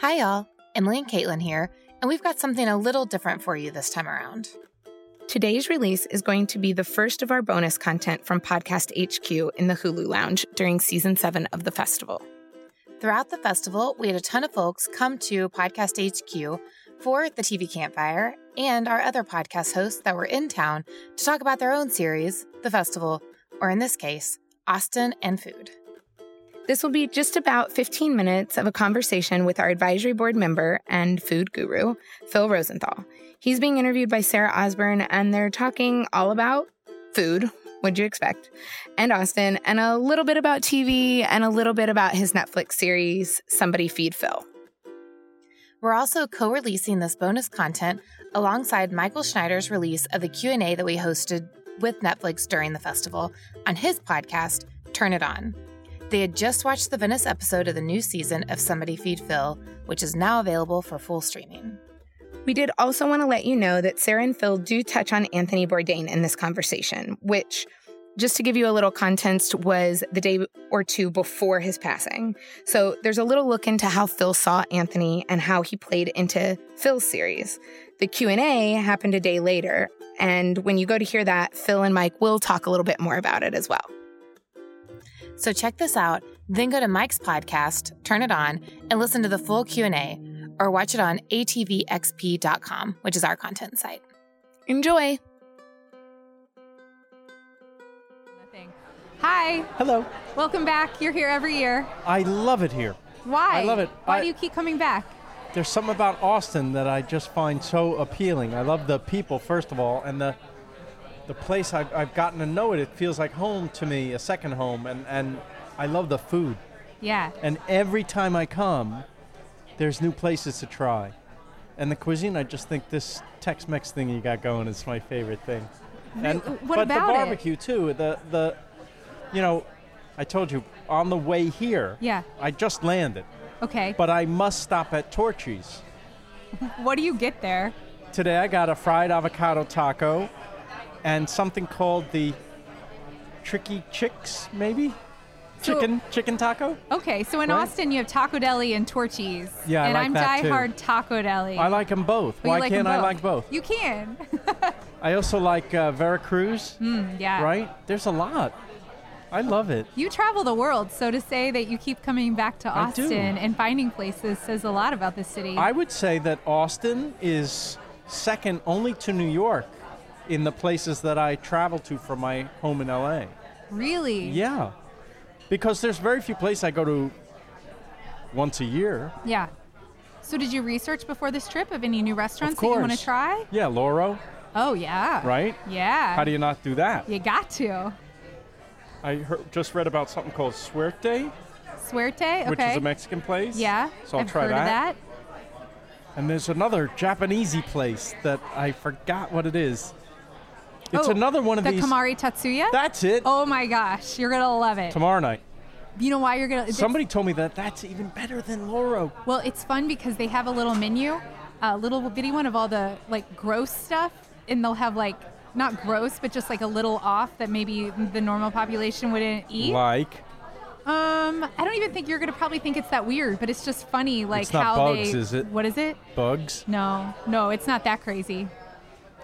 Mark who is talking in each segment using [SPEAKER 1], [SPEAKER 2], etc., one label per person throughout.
[SPEAKER 1] Hi, y'all. Emily and Caitlin here, and we've got something a little different for you this time around.
[SPEAKER 2] Today's release is going to be the first of our bonus content from Podcast HQ in the Hulu Lounge during season seven of the festival.
[SPEAKER 1] Throughout the festival, we had a ton of folks come to Podcast HQ for the TV Campfire and our other podcast hosts that were in town to talk about their own series, the festival, or in this case, Austin and food.
[SPEAKER 2] This will be just about 15 minutes of a conversation with our advisory board member and food guru, Phil Rosenthal. He's being interviewed by Sarah Osborne, and they're talking all about food, would you expect, and Austin, and a little bit about TV, and a little bit about his Netflix series, Somebody Feed Phil.
[SPEAKER 1] We're also co-releasing this bonus content alongside Michael Schneider's release of the Q&A that we hosted with Netflix during the festival on his podcast, Turn It On. They had just watched the Venice episode of the new season of Somebody Feed Phil, which is now available for full streaming.
[SPEAKER 2] We did also want to let you know that Sarah and Phil do touch on Anthony Bourdain in this conversation, which, just to give you a little context, was the day or two before his passing. So there's a little look into how Phil saw Anthony and how he played into Phil's series. The Q&A happened a day later, and when you go to hear that, Phil and Mike will talk a little bit more about it as well.
[SPEAKER 1] So check this out, then go to Mike's podcast, turn it on, and listen to the full Q&A or watch it on atvxp.com, which is our content site.
[SPEAKER 2] Enjoy!
[SPEAKER 3] Hi,
[SPEAKER 4] Hello.
[SPEAKER 3] welcome back. You're here every year.
[SPEAKER 4] I love it here.
[SPEAKER 3] Why?
[SPEAKER 4] I love it.
[SPEAKER 3] Why
[SPEAKER 4] I-
[SPEAKER 3] do you keep coming back?
[SPEAKER 4] There's something about Austin that I just find so appealing. I love the people, first of all, and the the place I've, I've gotten to know it. It feels like home to me, a second home, and, and I love the food.
[SPEAKER 3] Yeah.
[SPEAKER 4] And every time I come, there's new places to try. And the cuisine, I just think this Tex-Mex thing you got going is my favorite thing. And
[SPEAKER 3] what
[SPEAKER 4] but
[SPEAKER 3] about it?
[SPEAKER 4] the barbecue too. The the you know, I told you on the way here.
[SPEAKER 3] Yeah.
[SPEAKER 4] I just landed.
[SPEAKER 3] Okay.
[SPEAKER 4] but I must stop at Torchy's.
[SPEAKER 3] what do you get there?
[SPEAKER 4] Today I got a fried avocado taco and something called the Tricky Chicks, maybe?
[SPEAKER 3] So-
[SPEAKER 4] Chicken chicken taco?
[SPEAKER 3] Okay, so in
[SPEAKER 4] Right.
[SPEAKER 3] Austin you have Taco Deli and Torchies.
[SPEAKER 4] Yeah, I
[SPEAKER 3] and
[SPEAKER 4] like
[SPEAKER 3] I'm
[SPEAKER 4] that, too.
[SPEAKER 3] diehard Taco Deli.
[SPEAKER 4] I like them both.
[SPEAKER 3] But you
[SPEAKER 4] Why
[SPEAKER 3] like 'em
[SPEAKER 4] can't I like both?
[SPEAKER 3] You can. Hmm,
[SPEAKER 4] I also like uh, Veracruz,
[SPEAKER 3] yeah.
[SPEAKER 4] right? There's a lot. I love it.
[SPEAKER 3] You travel the world, so to say that you keep coming back to
[SPEAKER 4] I do.
[SPEAKER 3] Austin and finding places says a lot about the city.
[SPEAKER 4] I would say that Austin is second only to New York in the places that I travel to from my home in LA.
[SPEAKER 3] really?
[SPEAKER 4] Yeah, because there's very few places I go to once a year.
[SPEAKER 3] Yeah. So did you research before this trip of any new restaurants
[SPEAKER 4] of
[SPEAKER 3] that
[SPEAKER 4] course.
[SPEAKER 3] you want to try?
[SPEAKER 4] Yeah, Loro.
[SPEAKER 3] Oh yeah.
[SPEAKER 4] Right?
[SPEAKER 3] Yeah.
[SPEAKER 4] How do you not do that?
[SPEAKER 3] you got to.
[SPEAKER 4] I heard, just read about something called Suerte,
[SPEAKER 3] Suerte, okay.
[SPEAKER 4] which is a Mexican place.
[SPEAKER 3] Yeah,
[SPEAKER 4] So I'll
[SPEAKER 3] have
[SPEAKER 4] try
[SPEAKER 3] heard of that.
[SPEAKER 4] And there's another Japanesey place that I forgot what it is. It's
[SPEAKER 3] Oh,
[SPEAKER 4] another one of
[SPEAKER 3] the
[SPEAKER 4] these.
[SPEAKER 3] Kamari Tatsuya.
[SPEAKER 4] That's it.
[SPEAKER 3] oh my gosh, you're gonna love it.
[SPEAKER 4] Tomorrow night.
[SPEAKER 3] You know why you're gonna? it's-
[SPEAKER 4] Somebody told me that that's even better than Loro.
[SPEAKER 3] Well, it's fun because they have a little menu, a little bitty one of all the like gross stuff, and they'll have like not gross, but just like a little off that maybe the normal population wouldn't eat.
[SPEAKER 4] Like,
[SPEAKER 3] Um, I don't even think you're gonna probably think it's that weird, but it's just funny, like
[SPEAKER 4] It's not
[SPEAKER 3] how
[SPEAKER 4] bugs,
[SPEAKER 3] they.
[SPEAKER 4] is it?
[SPEAKER 3] What is it?
[SPEAKER 4] bugs.
[SPEAKER 3] No, no, it's not that crazy.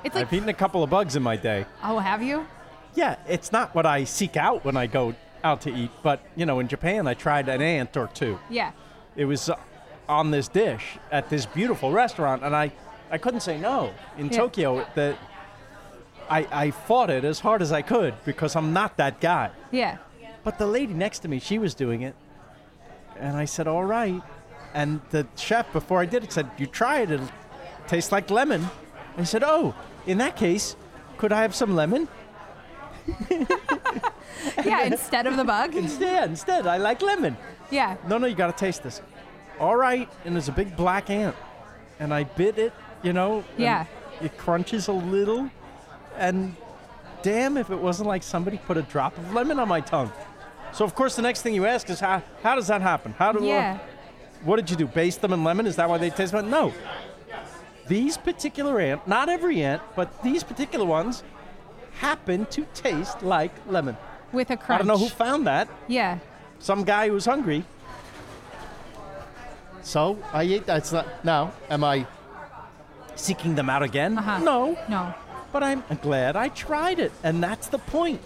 [SPEAKER 3] It's like,
[SPEAKER 4] I've eaten a couple of bugs in my day.
[SPEAKER 3] oh, have you?
[SPEAKER 4] Yeah, it's not what I seek out when I go out to eat, but you know, in Japan, I tried an ant or two.
[SPEAKER 3] Yeah.
[SPEAKER 4] It was uh, on this dish at this beautiful restaurant, and I, I couldn't say no. In
[SPEAKER 3] Yeah.
[SPEAKER 4] Tokyo, that I, I fought it as hard as I could because I'm not that guy.
[SPEAKER 3] Yeah.
[SPEAKER 4] But the lady next to me, she was doing it, and I said, "All right." And the chef, before I did it, said, "You try it; it'll taste like lemon." I said, "Oh, in that case, could I have some lemon?"
[SPEAKER 3] Yeah, instead of the bug.
[SPEAKER 4] Instead, instead, I like lemon.
[SPEAKER 3] Yeah.
[SPEAKER 4] No, no, you gotta taste this. All right, and there's a big black ant, and I bit it, you know. and
[SPEAKER 3] Yeah.
[SPEAKER 4] It crunches a little, and damn if it wasn't like somebody put a drop of lemon on my tongue. So of course the next thing you ask is how how does that happen? How do uh,
[SPEAKER 3] Yeah.
[SPEAKER 4] what did you do? Baste them in lemon? Is that why they taste lemon? No. These particular ant, not every ant, but these particular ones happen to taste like lemon.
[SPEAKER 3] With a
[SPEAKER 4] I
[SPEAKER 3] crunch.
[SPEAKER 4] don't know who found that.
[SPEAKER 3] yeah.
[SPEAKER 4] Some guy who was hungry So I eat. That's not now. Am I seeking them out again?
[SPEAKER 3] Uh-huh.
[SPEAKER 4] No,
[SPEAKER 3] No.
[SPEAKER 4] but I'm glad I tried it, and that's the point,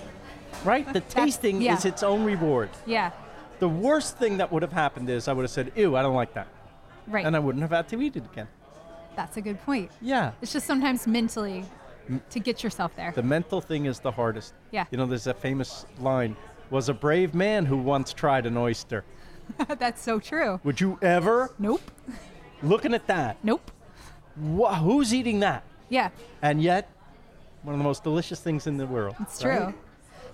[SPEAKER 4] right? The tasting
[SPEAKER 3] yeah.
[SPEAKER 4] is its own reward.
[SPEAKER 3] Yeah.
[SPEAKER 4] The worst thing that would have happened is I would have said, "Ew, I don't like that,"
[SPEAKER 3] Right.
[SPEAKER 4] and I wouldn't have had to eat it again.
[SPEAKER 3] That's a good point.
[SPEAKER 4] Yeah.
[SPEAKER 3] It's just sometimes mentally to get yourself there.
[SPEAKER 4] The mental thing is the hardest.
[SPEAKER 3] Yeah.
[SPEAKER 4] You know, there's that famous line was a brave man who once tried an oyster.
[SPEAKER 3] That's so true.
[SPEAKER 4] Would you ever,
[SPEAKER 3] Nope.
[SPEAKER 4] looking at that,
[SPEAKER 3] Nope.
[SPEAKER 4] wha who's eating that?
[SPEAKER 3] Yeah.
[SPEAKER 4] And yet, one of the most delicious things in the world.
[SPEAKER 3] It's true.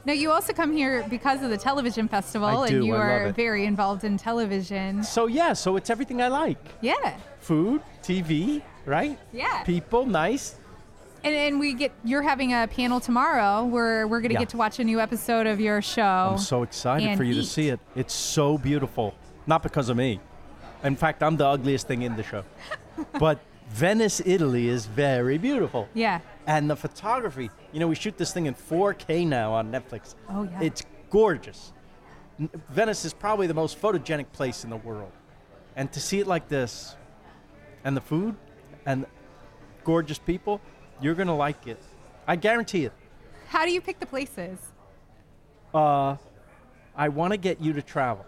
[SPEAKER 3] No, you also come here because of the television festival,
[SPEAKER 4] I do,
[SPEAKER 3] and you
[SPEAKER 4] I love
[SPEAKER 3] are
[SPEAKER 4] it.
[SPEAKER 3] very involved in television.
[SPEAKER 4] So, yeah, so it's everything I like
[SPEAKER 3] Yeah,
[SPEAKER 4] food, TV, right?
[SPEAKER 3] Yeah.
[SPEAKER 4] People, nice.
[SPEAKER 3] and and we get you're having a panel tomorrow where we're gonna
[SPEAKER 4] Yeah.
[SPEAKER 3] get to watch a new episode of your show.
[SPEAKER 4] I'm so excited
[SPEAKER 3] and
[SPEAKER 4] for you
[SPEAKER 3] eat.
[SPEAKER 4] to see it. It's so beautiful. Not because of me. In fact, I'm the ugliest thing in the show. but Venice, Italy is very beautiful.
[SPEAKER 3] Yeah.
[SPEAKER 4] And the photography, you know, we shoot this thing in 4K now on Netflix.
[SPEAKER 3] Oh, yeah.
[SPEAKER 4] It's gorgeous. N- Venice is probably the most photogenic place in the world. And to see it like this, and the food, and gorgeous people, you're going to like it. I guarantee it.
[SPEAKER 3] How do you pick the places?
[SPEAKER 4] I want to get you to travel.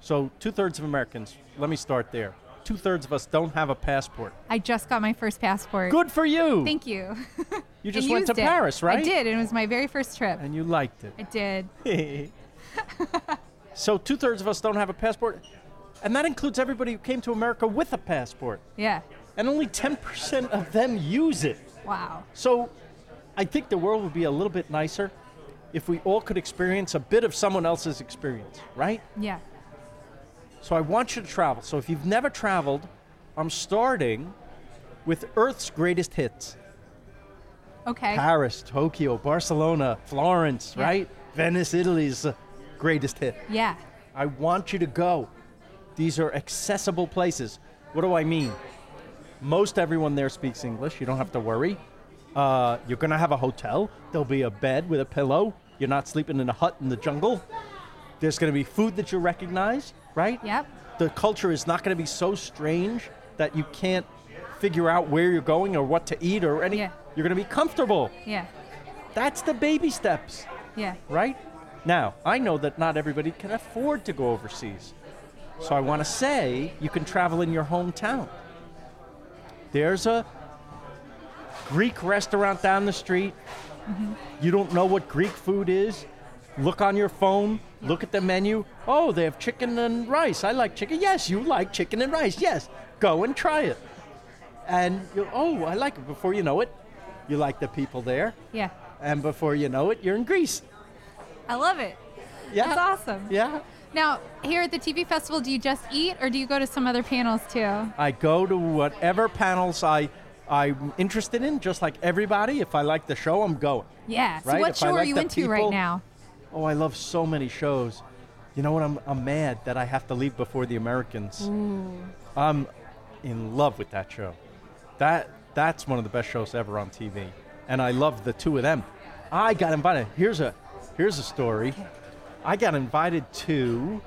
[SPEAKER 4] So, two thirds of Americans, let me start there. Two thirds of us don't have a passport.
[SPEAKER 3] I just got my first passport.
[SPEAKER 4] Good for you.
[SPEAKER 3] Thank you.
[SPEAKER 4] you
[SPEAKER 3] And
[SPEAKER 4] just went to
[SPEAKER 3] used it.
[SPEAKER 4] Paris, right?
[SPEAKER 3] I did, and it was my very first trip.
[SPEAKER 4] And you liked it.
[SPEAKER 3] I did.
[SPEAKER 4] so two thirds of us don't have a passport, and that includes everybody who came to America with a passport,
[SPEAKER 3] Yeah.
[SPEAKER 4] and only 10% of them use it.
[SPEAKER 3] Wow.
[SPEAKER 4] So I think the world would be a little bit nicer if we all could experience a bit of someone else's experience, right?
[SPEAKER 3] Yeah.
[SPEAKER 4] So I want you to travel. So if you've never traveled, I'm starting with Earth's greatest hits.
[SPEAKER 3] Okay.
[SPEAKER 4] Paris, Tokyo, Barcelona, Florence,
[SPEAKER 3] Yeah.
[SPEAKER 4] right? Venice, Italy's uh, greatest hit.
[SPEAKER 3] Yeah.
[SPEAKER 4] I want you to go. These are accessible places. What do I mean? Most everyone there speaks English. You don't have to worry. Uh, you're going to have a hotel. There'll be a bed with a pillow. You're not sleeping in a hut in the jungle. There's going to be food that you recognize, right?
[SPEAKER 3] Yep.
[SPEAKER 4] The culture is not going to be so strange that you can't figure out where you're going or what to eat or any.
[SPEAKER 3] Yeah.
[SPEAKER 4] You're going to be comfortable.
[SPEAKER 3] Yeah.
[SPEAKER 4] That's the baby steps
[SPEAKER 3] Yeah.
[SPEAKER 4] right? Now, I know that not everybody can afford to go overseas. So I want to say you can travel in your hometown. There's a Greek restaurant down the street. You don't know what Greek food is. Look on your phone, look at the menu. Oh, they have chicken and rice. I like chicken. Yes, you like chicken and rice. Yes, go and try it. And you oh, I like it. Before you know it, you like the people there.
[SPEAKER 3] Yeah.
[SPEAKER 4] And before you know it, you're in Greece.
[SPEAKER 3] I love it.
[SPEAKER 4] Yeah.
[SPEAKER 3] That's awesome.
[SPEAKER 4] Yeah.
[SPEAKER 3] Now, here at the TV festival, do you just eat or do you go to some other panels too?
[SPEAKER 4] I go to whatever panels I I'm interested in, just like everybody. If I like the show, I'm going.
[SPEAKER 3] Yeah. So
[SPEAKER 4] Right,
[SPEAKER 3] what
[SPEAKER 4] if I
[SPEAKER 3] show are
[SPEAKER 4] like
[SPEAKER 3] you
[SPEAKER 4] the
[SPEAKER 3] into right
[SPEAKER 4] people-
[SPEAKER 3] now?
[SPEAKER 4] Oh, I love so many shows. You know what? I'm, I'm mad that I have to leave before the Americans. I'm in love with that show. That that's one of the best shows ever on TV, and I love the two of them. I got invited. Here's a here's a story. I got invited to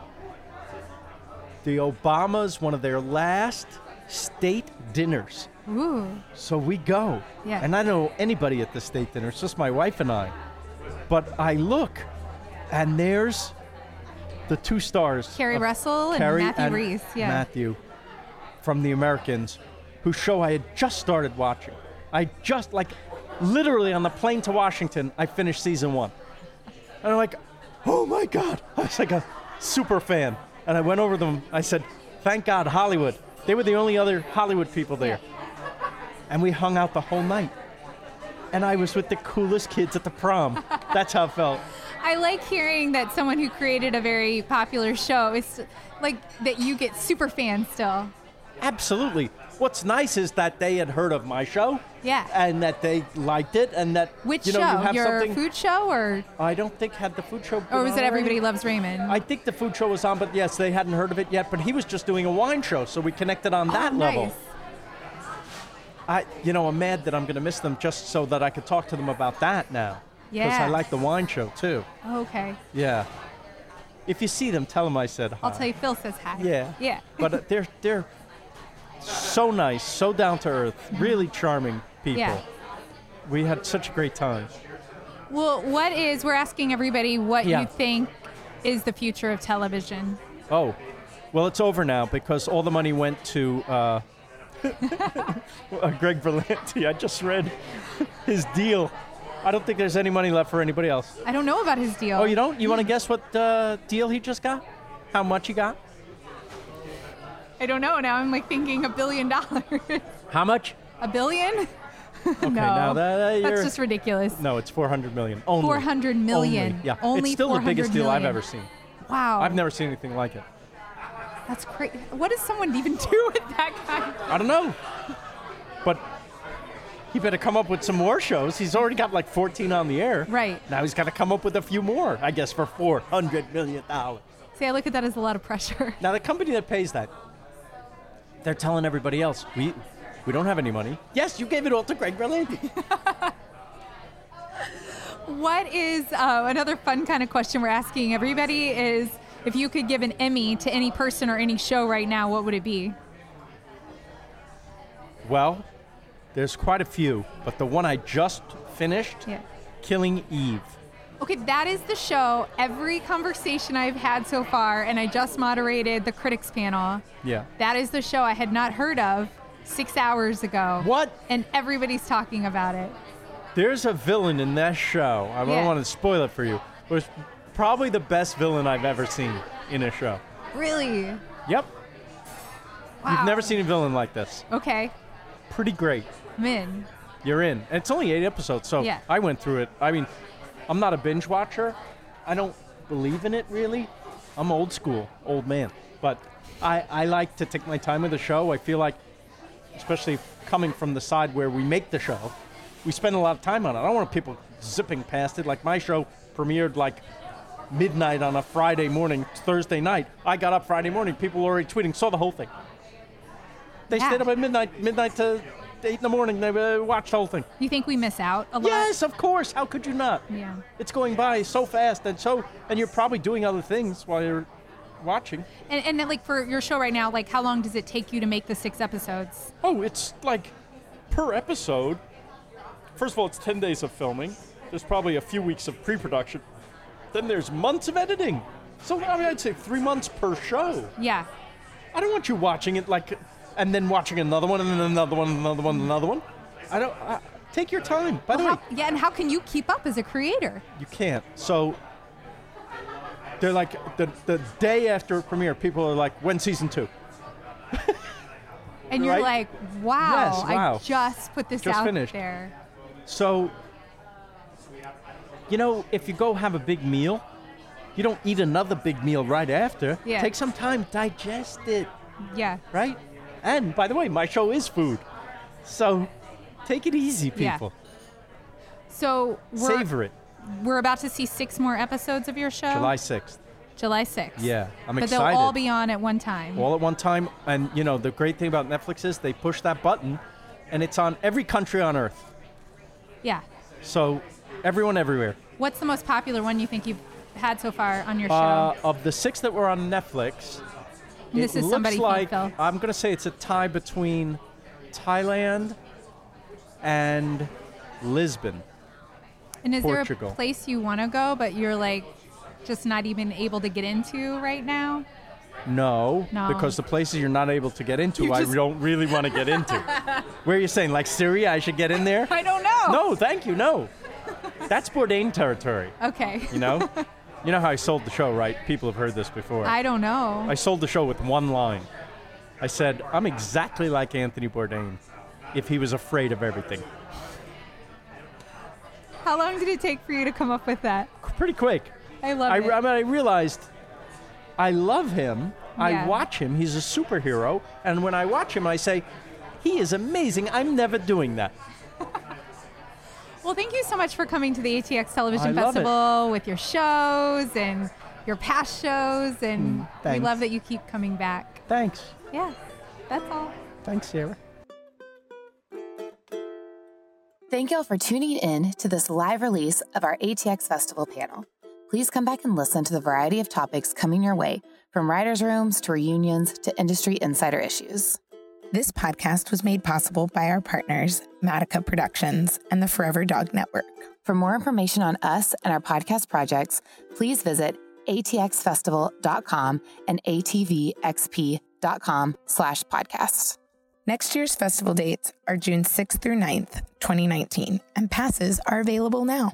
[SPEAKER 4] the Obamas, one of their last state dinners.
[SPEAKER 3] Ooh.
[SPEAKER 4] So we go.
[SPEAKER 3] Yeah.
[SPEAKER 4] And I don't know anybody at the state dinner. It's just my wife and I. But I look, and there's the two stars.
[SPEAKER 3] Carrie
[SPEAKER 4] of-
[SPEAKER 3] Russell and
[SPEAKER 4] Uh, Carrie
[SPEAKER 3] Matthew Reese, yeah.
[SPEAKER 4] Matthew from The Americans, whose show I had just started watching. I just, like, literally on the plane to Washington, I finished season one. And I'm like, oh my God. I was like a super fan. And I went over to them. I said, thank God, Hollywood. They were the only other Hollywood people there. And we hung out the whole night. And I was with the coolest kids at the prom. That's how it felt.
[SPEAKER 3] I like hearing that someone who created a very popular show is like that you get super fans still.
[SPEAKER 4] Absolutely. What's nice is that they had heard of my show.
[SPEAKER 3] Yeah.
[SPEAKER 4] And that they liked it and that
[SPEAKER 3] Which
[SPEAKER 4] you know
[SPEAKER 3] show?
[SPEAKER 4] you have
[SPEAKER 3] Your
[SPEAKER 4] something
[SPEAKER 3] food show or
[SPEAKER 4] I don't think had the food show
[SPEAKER 3] or was it
[SPEAKER 4] been on?
[SPEAKER 3] Everybody Loves Raymond?
[SPEAKER 4] I think the food show was on, but yes, they hadn't heard of it yet. But he was just doing a wine show, so we connected on
[SPEAKER 3] Oh,
[SPEAKER 4] that
[SPEAKER 3] nice.
[SPEAKER 4] level. I, you know, I'm mad that I'm going to miss them just so that I could talk to them about that now. Because
[SPEAKER 3] Yeah.
[SPEAKER 4] I like the wine show too.
[SPEAKER 3] Okay.
[SPEAKER 4] Yeah. If you see them, tell them I said hi.
[SPEAKER 3] I'll tell you Phil says hi.
[SPEAKER 4] Yeah.
[SPEAKER 3] Yeah.
[SPEAKER 4] but uh, they're they're so nice, so down to earth, really charming people.
[SPEAKER 3] Yeah.
[SPEAKER 4] We had such a great time.
[SPEAKER 3] Well, what is, we're asking everybody what
[SPEAKER 4] Yeah.
[SPEAKER 3] you think is the future of television.
[SPEAKER 4] Oh, well, it's over now because all the money went to uh, uh, Greg Berlanti. I just read his deal. I don't think there's any money left for anybody else.
[SPEAKER 3] I don't know about his deal.
[SPEAKER 4] Oh, you don't? You want to guess what uh, deal he just got? How much he got?
[SPEAKER 3] I don't know. Now I'm like thinking a billion dollars.
[SPEAKER 4] How much?
[SPEAKER 3] a billion? no.
[SPEAKER 4] now that-
[SPEAKER 3] That's
[SPEAKER 4] that you're-
[SPEAKER 3] just ridiculous.
[SPEAKER 4] No, it's 400 million. Only.
[SPEAKER 3] 400 million.
[SPEAKER 4] Only. Yeah.
[SPEAKER 3] Only
[SPEAKER 4] it's still the
[SPEAKER 3] 400
[SPEAKER 4] biggest deal I've
[SPEAKER 3] million.
[SPEAKER 4] ever seen.
[SPEAKER 3] Wow.
[SPEAKER 4] I've never seen anything like it.
[SPEAKER 3] That's crazy. What does someone even do with that guy?
[SPEAKER 4] I don't know. But he better come up with some more shows. He's already got like 14 on the air.
[SPEAKER 3] Right.
[SPEAKER 4] Now he's got to come up with a few more, I guess, for $400 million. Now,
[SPEAKER 3] See, I look at that as a lot of pressure.
[SPEAKER 4] the company that pays that, they're telling everybody else, we, we don't have any money. Yes, you gave it all to Greg Berlanti.
[SPEAKER 3] What is uh, another fun kind of question we're asking everybody is if you could give an Emmy to any person or any show right now, what would it be?
[SPEAKER 4] well, there's quite a few, but the one I just finished,
[SPEAKER 3] Yeah.
[SPEAKER 4] Killing Eve.
[SPEAKER 3] Okay, that is the show. Every conversation I've had so far, and I just moderated the critics panel.
[SPEAKER 4] Yeah.
[SPEAKER 3] That is the show I had not heard of six hours ago.
[SPEAKER 4] What?
[SPEAKER 3] And everybody's talking about it.
[SPEAKER 4] There's a villain in that show. I
[SPEAKER 3] Yeah.
[SPEAKER 4] don't want to spoil it for you. It was probably the best villain I've ever seen in a show.
[SPEAKER 3] Really?
[SPEAKER 4] Yep.
[SPEAKER 3] Wow.
[SPEAKER 4] You've never seen a villain like this.
[SPEAKER 3] Okay,
[SPEAKER 4] Pretty great.
[SPEAKER 3] I'm in.
[SPEAKER 4] You're in. And it's only eight episodes, so
[SPEAKER 3] Yeah.
[SPEAKER 4] I went through it. I mean, I'm not a binge watcher. I don't believe in it really. I'm old school, old man. But I, I like to take my time with the show. I feel like, especially coming from the side where we make the show, we spend a lot of time on it. I don't want people zipping past it. Like my show premiered like midnight on a Friday morning, Thursday night. I got up Friday morning. People were already tweeting, saw the whole thing. They
[SPEAKER 3] Yeah.
[SPEAKER 4] stayed up at midnight, midnight to eight in the morning. They uh, watched the whole thing.
[SPEAKER 3] You think we miss out a lot?
[SPEAKER 4] Yes, of course. How could you not?
[SPEAKER 3] Yeah.
[SPEAKER 4] It's going by so fast and so and you're probably doing other things while you're watching.
[SPEAKER 3] And, and then, like for your show right now, like how long does it take you to make the six episodes?
[SPEAKER 4] Oh, it's like per episode. First of all, it's 10 days of filming. There's probably a few weeks of pre-production. Then there's months of editing. So I mean, I'd say 3 months per show.
[SPEAKER 3] Yeah.
[SPEAKER 4] I don't want you watching it like and then watching another one and then another one and another one and another one. I don't I, take your time. By the way,
[SPEAKER 3] How, yeah, and how can you keep up as a creator?
[SPEAKER 4] You can't. So they're like the the day after premiere, people are like, "When season two?
[SPEAKER 3] And you're like,
[SPEAKER 4] Right.
[SPEAKER 3] wow,
[SPEAKER 4] Yes, wow.
[SPEAKER 3] I just put this
[SPEAKER 4] Just
[SPEAKER 3] out
[SPEAKER 4] finished.
[SPEAKER 3] there.
[SPEAKER 4] So you know, if you go have a big meal, you don't eat another big meal right after.
[SPEAKER 3] Yeah.
[SPEAKER 4] Take some time, digest it,
[SPEAKER 3] Yeah.
[SPEAKER 4] right? And by the way, my show is food, so take it easy,
[SPEAKER 3] Yeah.
[SPEAKER 4] people.
[SPEAKER 3] So we're,
[SPEAKER 4] Savor it.
[SPEAKER 3] we're about to see six more episodes of your show.
[SPEAKER 4] July sixth.
[SPEAKER 3] July 6th.
[SPEAKER 4] Yeah, I'm
[SPEAKER 3] but
[SPEAKER 4] excited.
[SPEAKER 3] they'll all be on at one time.
[SPEAKER 4] all at one time. And you know, the great thing about Netflix is they push that button, and it's on every country on earth.
[SPEAKER 3] yeah.
[SPEAKER 4] So everyone everywhere.
[SPEAKER 3] What's the most popular one you think you've had so far on your show?
[SPEAKER 4] Uh, of the six that were on Netflix,
[SPEAKER 3] this
[SPEAKER 4] it
[SPEAKER 3] is
[SPEAKER 4] looks
[SPEAKER 3] somebody
[SPEAKER 4] like
[SPEAKER 3] Phil.
[SPEAKER 4] I'm gonna say it's a tie between Thailand and Lisbon.
[SPEAKER 3] And is there
[SPEAKER 4] Portugal.
[SPEAKER 3] a place you want to go, but you're like just not even able to get into right now?
[SPEAKER 4] No,
[SPEAKER 3] No.
[SPEAKER 4] because the places you're not able to get into,
[SPEAKER 3] You
[SPEAKER 4] I
[SPEAKER 3] just-
[SPEAKER 4] don't really want to get into. Where are you saying, like Syria? I should get in there?
[SPEAKER 3] I don't know.
[SPEAKER 4] No, thank you. No, that's Bourdain territory.
[SPEAKER 3] Okay.
[SPEAKER 4] You know, you know how I sold the show, right? People have heard this before.
[SPEAKER 3] I don't know.
[SPEAKER 4] I sold the show with one line. I said, I'm exactly like Anthony Bourdain if he was afraid of everything.
[SPEAKER 3] How long did it take for you to come up with that?
[SPEAKER 4] Pretty quick.
[SPEAKER 3] I love
[SPEAKER 4] I, I
[SPEAKER 3] it.
[SPEAKER 4] mean, I realized I love him.
[SPEAKER 3] Yeah.
[SPEAKER 4] I watch him. He's a superhero. And when I watch him, I say, he is amazing. I'm never doing that.
[SPEAKER 3] well, thank you so much for coming to the ATX
[SPEAKER 4] I
[SPEAKER 3] Television
[SPEAKER 4] love it.
[SPEAKER 3] Festival with your shows and your past shows, and we
[SPEAKER 4] Hmm, thanks.
[SPEAKER 3] love that you keep coming back.
[SPEAKER 4] Thanks.
[SPEAKER 3] Yeah, that's all.
[SPEAKER 4] Thanks, Sarah.
[SPEAKER 1] Thank y'all for tuning in to this live release of our ATX Festival panel. Please come back and listen to the variety of topics coming your way, from writers' rooms to reunions to industry insider issues.
[SPEAKER 2] This podcast was made possible by our partners, Matica Productions and the Forever Dog Network.
[SPEAKER 1] For more information on us and our podcast projects, please visit atxfestival.com and atvxp.com slash podcast.
[SPEAKER 2] Next year's festival dates are June 6th through 9th, 2019, and passes are available now.